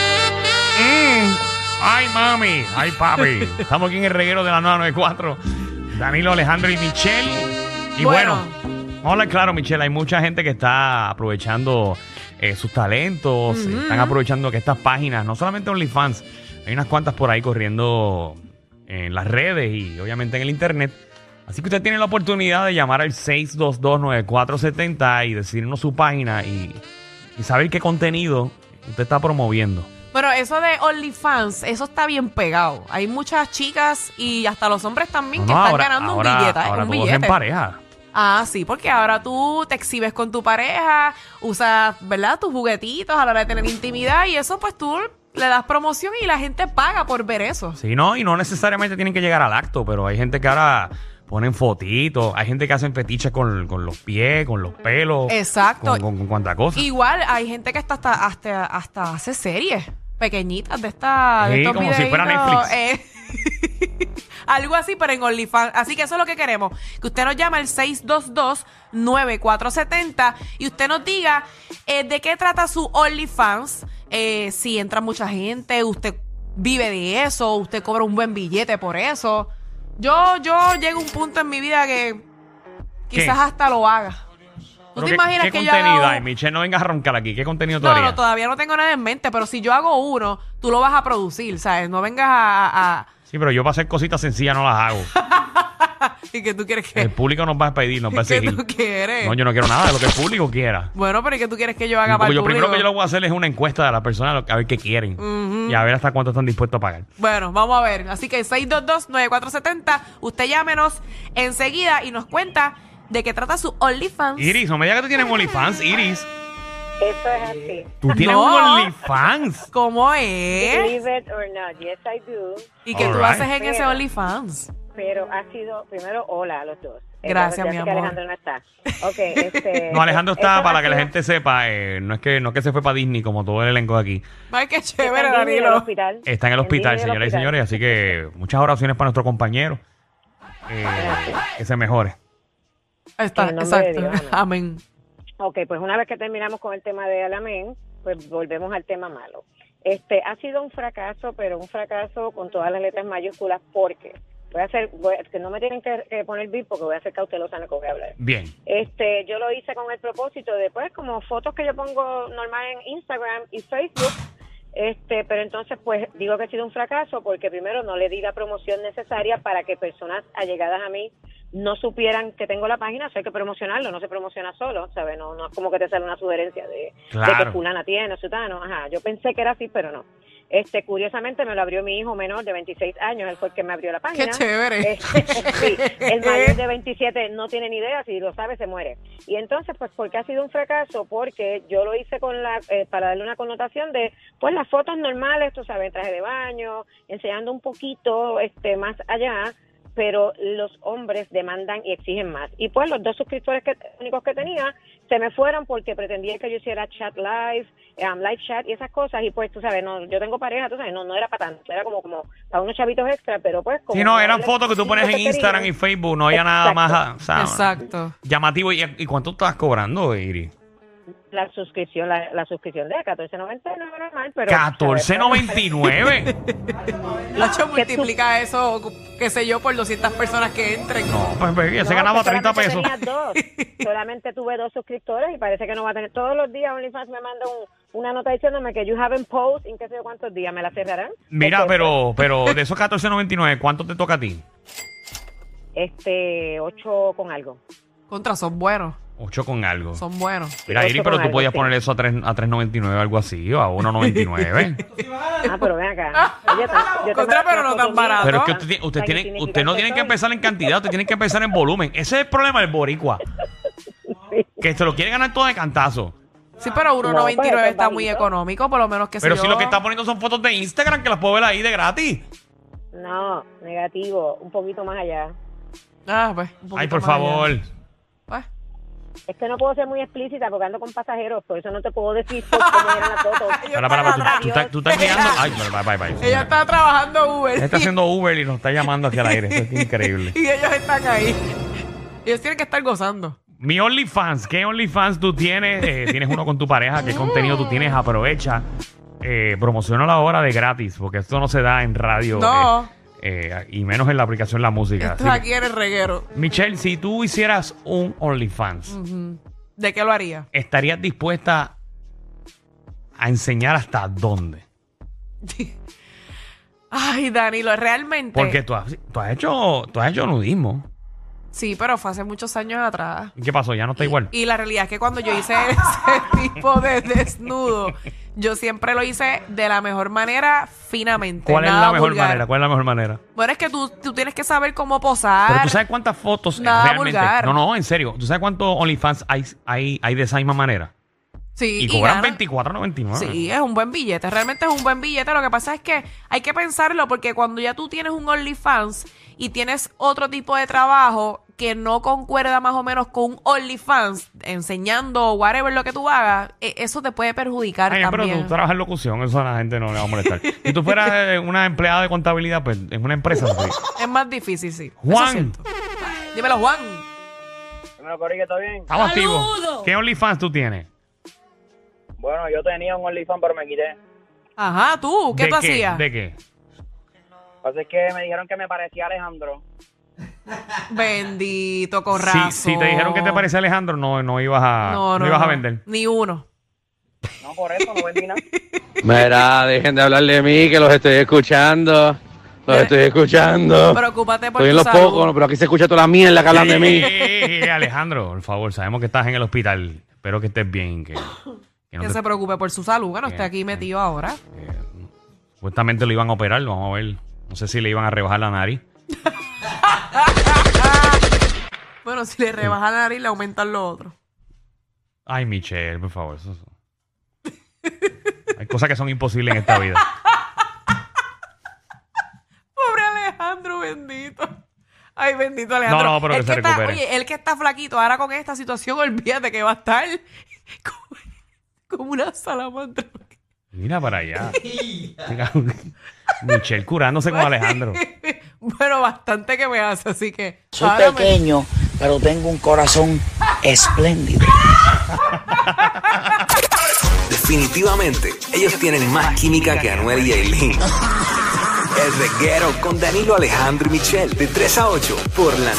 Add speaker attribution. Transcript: Speaker 1: Mm. Ay, mami. Ay, papi. Estamos aquí en el reguero de la 994. Danilo, Alejandro y Michelle. Y bueno,
Speaker 2: Bueno.
Speaker 1: vamos a hablar claro, Michelle. Hay mucha gente que está aprovechando eh, sus talentos. Están aprovechando que estas páginas, no solamente OnlyFans, hay unas cuantas por ahí corriendo en las redes y obviamente en el internet. Así que usted tiene la oportunidad de llamar al 622-9470 y decirnos su página y, y saber qué contenido usted está promoviendo.
Speaker 2: Pero eso de OnlyFans, eso está bien pegado. Hay muchas chicas y hasta los hombres también que
Speaker 1: No,
Speaker 2: están ganando un billete.
Speaker 1: Ahora
Speaker 2: un
Speaker 1: todos en
Speaker 2: billete.
Speaker 1: pareja.
Speaker 2: Ah, sí, porque ahora tú te exhibes con tu pareja, usas, ¿verdad? Tus juguetitos a la hora de tener intimidad y eso pues tú le das promoción y la gente paga por ver eso.
Speaker 1: Sí, no, y no necesariamente tienen que llegar al acto, pero hay gente que ahora ponen fotitos, hay gente que hacen fetiches con, con los pies, con los pelos.
Speaker 2: Exacto.
Speaker 1: Con, con, con cuanta cosa.
Speaker 2: Igual hay gente que hasta, hasta, hasta, hasta hace series pequeñitas de esta de
Speaker 1: Sí,
Speaker 2: estos
Speaker 1: como si fuera
Speaker 2: videitos,
Speaker 1: Netflix.
Speaker 2: eh, algo así, pero en OnlyFans. Así que eso es lo que queremos. Que usted nos llame al 622-9470 y usted nos diga eh, de qué trata su OnlyFans. eh, si entra mucha gente, usted vive de eso, usted cobra un buen billete por eso. Yo, yo llego a un punto en mi vida que
Speaker 1: ¿Qué?
Speaker 2: quizás hasta lo haga. ¿Tú
Speaker 1: Pero
Speaker 2: te
Speaker 1: ¿qué-
Speaker 2: imaginas
Speaker 1: ¿Qué
Speaker 2: que yo haga
Speaker 1: contenido
Speaker 2: un-
Speaker 1: hay? Michelle, no vengas a roncar aquí. ¿Qué contenido tú
Speaker 2: no,
Speaker 1: harías?
Speaker 2: no, todavía no tengo nada en mente, pero si yo hago uno, tú lo vas a producir, ¿sabes? No vengas a... a- a-
Speaker 1: Sí, pero yo para hacer cositas sencillas no las hago.
Speaker 2: ¿Y que tú quieres
Speaker 1: El
Speaker 2: que...?
Speaker 1: público nos va a pedir, nos va a
Speaker 2: ¿Qué
Speaker 1: seguir.
Speaker 2: tú quieres?
Speaker 1: No, yo no quiero nada, lo que el público quiera.
Speaker 2: Bueno, pero ¿y qué tú quieres que yo haga para
Speaker 1: Porque
Speaker 2: el
Speaker 1: yo primero que yo
Speaker 2: público?
Speaker 1: lo voy a hacer es una encuesta de las personas a ver qué quieren y a ver hasta cuánto están dispuestos a pagar.
Speaker 2: Bueno, vamos a ver. Así que 622-9470, usted llámenos enseguida y nos cuenta de qué trata su OnlyFans.
Speaker 1: Iris, no me digas que tú tienes un OnlyFans, Iris.
Speaker 3: Eso es así.
Speaker 1: Tú tienes
Speaker 2: No.
Speaker 1: un OnlyFans.
Speaker 2: ¿Cómo es?
Speaker 3: Believe it or not, yes I do.
Speaker 2: ¿Y qué tú
Speaker 1: Alright.
Speaker 2: haces en ese
Speaker 3: Pero-
Speaker 2: OnlyFans?
Speaker 3: Pero ha sido, primero, hola a los dos.
Speaker 2: Gracias,
Speaker 3: Entonces, ya
Speaker 2: mi
Speaker 3: sé
Speaker 2: amor.
Speaker 3: que Alejandro no está. Ok, este...
Speaker 1: No, Alejandro
Speaker 3: eso
Speaker 1: está,
Speaker 3: ha
Speaker 1: para que la
Speaker 3: sido-
Speaker 1: gente sepa, eh, no es que no es que se fue para Disney como todo el elenco de aquí.
Speaker 2: Ay, qué
Speaker 3: está en
Speaker 2: chévere,
Speaker 3: Disney, en el
Speaker 2: Danilo.
Speaker 3: hospital.
Speaker 1: Está en el hospital,
Speaker 3: Disney, en
Speaker 1: señoras
Speaker 3: el
Speaker 1: y señores, así que muchas oraciones para nuestro compañero. eh, que se mejore.
Speaker 2: Está,
Speaker 3: En el nombre de
Speaker 2: exacto.
Speaker 3: Dios,
Speaker 2: Amén.
Speaker 3: amén. Ok, pues una vez que terminamos con el tema de Alamén, pues volvemos al tema malo. Este, ha sido un fracaso, pero un fracaso con todas las letras mayúsculas, porque voy a hacer, voy a- que no me tienen que, que poner beat porque voy a ser cautelosa en lo que voy a hablar.
Speaker 1: Bien.
Speaker 3: Este, yo lo hice con el propósito de, pues, como fotos que yo pongo normal en Instagram y Facebook. Este, pero entonces, pues, digo que ha sido un fracaso porque primero no le di la promoción necesaria para que personas allegadas a mí no supieran que tengo la página, o sea, hay que promocionarlo, no se promociona solo, ¿sabes? No, no es como que te sale una sugerencia de, de
Speaker 1: Claro.
Speaker 3: que fulana tiene, sutano, ajá. Yo pensé que era así, pero no. Este, curiosamente me lo abrió mi hijo menor de 26 años, él fue el que me abrió la página.
Speaker 2: Qué chévere.
Speaker 3: Eh, sí, el mayor de 27 no tiene ni idea, si lo sabe se muere. Y entonces, pues, ¿por qué ha sido un fracaso? Porque yo lo hice con la, eh, para darle una connotación de, pues, las fotos normales, tú sabes, traje de baño, enseñando un poquito este más allá, pero los hombres demandan y exigen más. Y pues los dos suscriptores que, únicos que tenía se me fueron porque pretendía que yo hiciera chat live, um, live chat y esas cosas. Y pues tú sabes, no, yo tengo pareja, tú sabes, no, no era para tanto, era como, como para unos chavitos extra, pero pues como...
Speaker 1: Si no, eran
Speaker 3: les-
Speaker 1: fotos que tú pones en
Speaker 3: querían.
Speaker 1: Instagram y Facebook, no había nada más o sea,
Speaker 2: Exacto.
Speaker 1: llamativo. ¿Y, y cuánto estás cobrando, Iris?
Speaker 3: La suscripción, la, la suscripción de 14.99 normal, pero...
Speaker 1: ¿14.99?
Speaker 3: Ah,
Speaker 2: Lacho multiplica eso, qué sé yo, por 200 personas que entren.
Speaker 1: No, pues, baby, se
Speaker 3: No,
Speaker 1: ganaba
Speaker 3: que
Speaker 1: 30
Speaker 3: solamente
Speaker 1: pesos.
Speaker 3: tenía dos. solamente tuve dos suscriptores y parece que no va a tener. Todos los días OnlyFans me manda un- una nota diciéndome que you haven't posted en qué sé yo cuántos días. ¿Me la cerrarán? Este,
Speaker 1: Mira,
Speaker 3: Entonces,
Speaker 1: pero, pero de esos 14.99, ¿cuánto te toca a ti?
Speaker 3: Este, ocho con algo.
Speaker 2: Contra, son buenos,
Speaker 1: 8 con algo.
Speaker 2: son buenos.
Speaker 1: Mira,
Speaker 3: Ocho
Speaker 1: Iris, pero
Speaker 3: con
Speaker 1: tú
Speaker 3: algo,
Speaker 1: podías
Speaker 3: sí.
Speaker 1: poner eso a 3, a 3.99 o algo así, o a 1.99.
Speaker 3: Ah, pero ven acá. Oye, tan- yo te
Speaker 2: Contra,
Speaker 3: mando
Speaker 2: pero no
Speaker 3: fotos
Speaker 2: tan
Speaker 3: mías.
Speaker 2: barato.
Speaker 1: Pero es que usted, tiene- usted,
Speaker 3: Tan
Speaker 1: tiene, usted no tiene que
Speaker 3: insignificante
Speaker 1: empezar en cantidad, usted tiene que empezar en volumen. Ese es el problema del boricua. Que se lo quiere ganar todo de cantazo.
Speaker 2: Sí, pero
Speaker 3: No, pues,
Speaker 2: 1.99
Speaker 3: eso es
Speaker 2: está muy
Speaker 3: válido.
Speaker 2: económico, por lo menos que
Speaker 1: Pero
Speaker 2: sé
Speaker 1: si
Speaker 2: yo.
Speaker 1: lo que está poniendo son fotos de Instagram, que las puedo ver ahí de gratis.
Speaker 3: soy. No, negativo. Un poquito más allá.
Speaker 2: Ah, pues, un poquito
Speaker 1: Ay, por
Speaker 2: más allá.
Speaker 1: favor.
Speaker 2: Pues,
Speaker 3: Es que no puedo ser muy explícita porque ando con pasajeros, por eso no te puedo decir cómo eran las fotos.
Speaker 1: Para, para, para, tú, tú estás- tú estás guiando. Ay, bye, bye, bye.
Speaker 2: ella está trabajando Uber
Speaker 1: Ella está haciendo Uber y nos está llamando hacia el aire. Eso es increíble.
Speaker 2: y ellos están ahí. Ellos tienen que estar gozando.
Speaker 1: Mi OnlyFans, ¿qué OnlyFans tú tienes? Eh, ¿Tienes uno con tu pareja? ¿Qué contenido tú tienes? Aprovecha. eh, promociona la hora de gratis, porque esto no se da en radio.
Speaker 2: No.
Speaker 1: eh, eh, y menos en la aplicación La Música.
Speaker 2: Esto es
Speaker 1: Así que,
Speaker 2: aquí en el reguero.
Speaker 1: Michelle, si tú hicieras un OnlyFans,
Speaker 2: Ujú. ¿De qué lo haría?
Speaker 1: ¿estarías dispuesta a enseñar hasta dónde?
Speaker 2: Ay, Danilo, realmente.
Speaker 1: Porque tú has, tú has hecho tú has hecho nudismo.
Speaker 2: Sí, pero fue hace muchos años atrás.
Speaker 1: ¿Y ¿Qué pasó? Ya no está igual.
Speaker 2: Y la realidad es que cuando yo hice ese tipo de desnudo, yo siempre lo hice de la mejor manera, finamente.
Speaker 1: ¿Cuál es
Speaker 2: nada
Speaker 1: la mejor
Speaker 2: vulgar.
Speaker 1: manera? ¿Cuál es la mejor manera?
Speaker 2: Bueno, es que tú, tú tienes que saber cómo posar.
Speaker 1: Pero tú sabes cuántas fotos eh,
Speaker 2: Nada
Speaker 1: realmente.
Speaker 2: Ah, vulgar.
Speaker 1: No, no, en serio. ¿Tú sabes cuántos OnlyFans hay, hay, hay de esa misma manera?
Speaker 2: sí,
Speaker 1: Y, cobran Ah.
Speaker 2: gana.
Speaker 1: 24.99.
Speaker 2: Sí, es un buen billete. Realmente es un buen billete. Lo que pasa es que hay que pensarlo porque cuando ya tú tienes un OnlyFans y tienes otro tipo de trabajo que no concuerda más o menos con un OnlyFans, enseñando whatever lo que tú hagas, e- eso te puede perjudicar
Speaker 1: Ay, pero
Speaker 2: también.
Speaker 1: tú trabajas en locución, eso a la gente no le va a molestar. si tú fueras eh, una empleada de contabilidad, pues en una empresa, sí.
Speaker 2: Es más difícil, sí. Eso es
Speaker 1: Juan.
Speaker 2: cierto. Dímelo, Juan.
Speaker 4: Dímelo, Corillo, ¿está bien?
Speaker 1: estamos activos. ¿Qué OnlyFans tú tienes?
Speaker 4: Bueno, yo tenía un OnlyFans, pero me quité. Lo
Speaker 2: Ajá, tú, ¿qué
Speaker 1: ¿De
Speaker 2: tú hacías?
Speaker 1: ¿De qué?
Speaker 4: que pasa es que me dijeron que me parecía a Alejandro.
Speaker 2: Bendito, con
Speaker 1: Si,
Speaker 2: razón.
Speaker 1: si te dijeron que te parece Alejandro, no, no ibas a,
Speaker 2: No,
Speaker 1: no,
Speaker 2: no,
Speaker 1: ibas a
Speaker 2: no.
Speaker 1: vender.
Speaker 2: Ni uno.
Speaker 4: No, por eso, no vendí nada.
Speaker 5: Mira, dejen de hablar de mí, que los estoy escuchando. Los
Speaker 2: Eh,
Speaker 5: estoy escuchando.
Speaker 2: Preocúpate por
Speaker 5: Estoy en
Speaker 2: tu
Speaker 5: los
Speaker 2: salud.
Speaker 5: pocos, pero aquí se escucha toda la mierda que hablan de mí.
Speaker 1: Ey, ey, ey, Eh, Alejandro, por favor, sabemos que estás en el hospital. Espero que estés bien. Que, que no
Speaker 2: Que
Speaker 1: te-
Speaker 2: se preocupe por su salud, que no esté
Speaker 1: Bien,
Speaker 2: aquí metido ahora.
Speaker 1: eh, supuestamente lo iban a operar, lo vamos a ver. No sé si le iban a rebajar la nariz.
Speaker 2: Bueno, si le rebajan la nariz, le aumentan lo otro.
Speaker 1: Ay, Michelle, por favor. eso- eso. Hay cosas que son imposibles en esta vida.
Speaker 2: Pobre Alejandro, bendito. Ay, bendito Alejandro.
Speaker 1: No, no, pero
Speaker 2: El
Speaker 1: que se
Speaker 2: está-
Speaker 1: recupere.
Speaker 2: oye, el que está flaquito ahora con esta situación, olvídate que va a estar como, como una salamandra.
Speaker 1: Mira para allá. Michelle curándose con Alejandro.
Speaker 2: bueno, bastante que me hace, así que.
Speaker 6: Soy
Speaker 2: ahora me-
Speaker 6: pequeño, pero tengo un corazón espléndido.
Speaker 7: Definitivamente, ellos tienen más química que Anuel y Aileen. El reguero con Danilo Alejandro y Michel, de 3 a 8, por la